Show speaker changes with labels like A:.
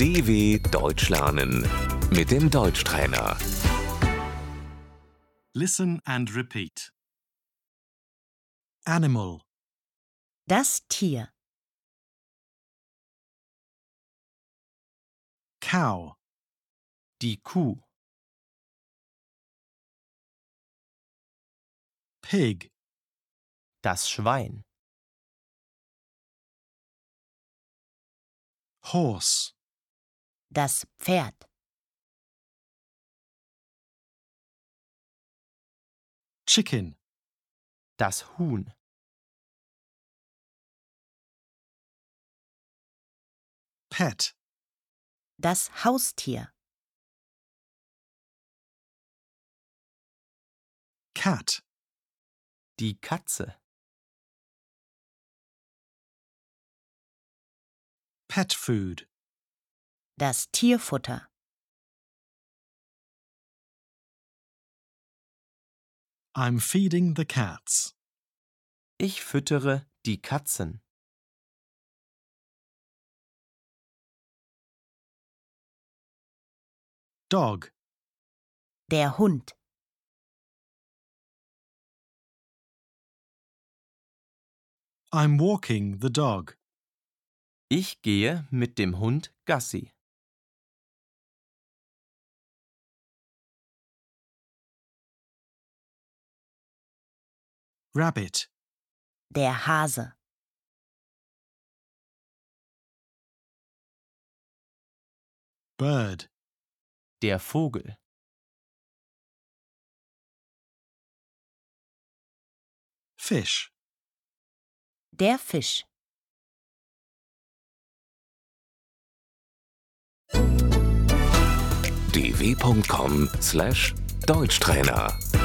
A: DW Deutsch lernen mit dem Deutschtrainer.
B: Listen and repeat. Animal,
C: Das Tier.
B: cow. Die Kuh. Pig,
D: Das Schwein.
B: horse,
C: Das Pferd.
B: chicken,
D: Das Huhn.
B: pet,
C: Das Haustier.
B: cat,
D: Die Katze.
B: pet food,
C: Das Tierfutter.
B: I'm feeding the cats.
D: Ich füttere die Katzen.
B: Dog,
C: Der Hund.
B: I'm walking the dog.
D: Ich gehe mit dem Hund Gassi.
B: Rabbit,
C: Der Hase.
B: bird,
D: Der Vogel.
B: fish,
C: Der Fisch.
A: dw.com/deutschtrainer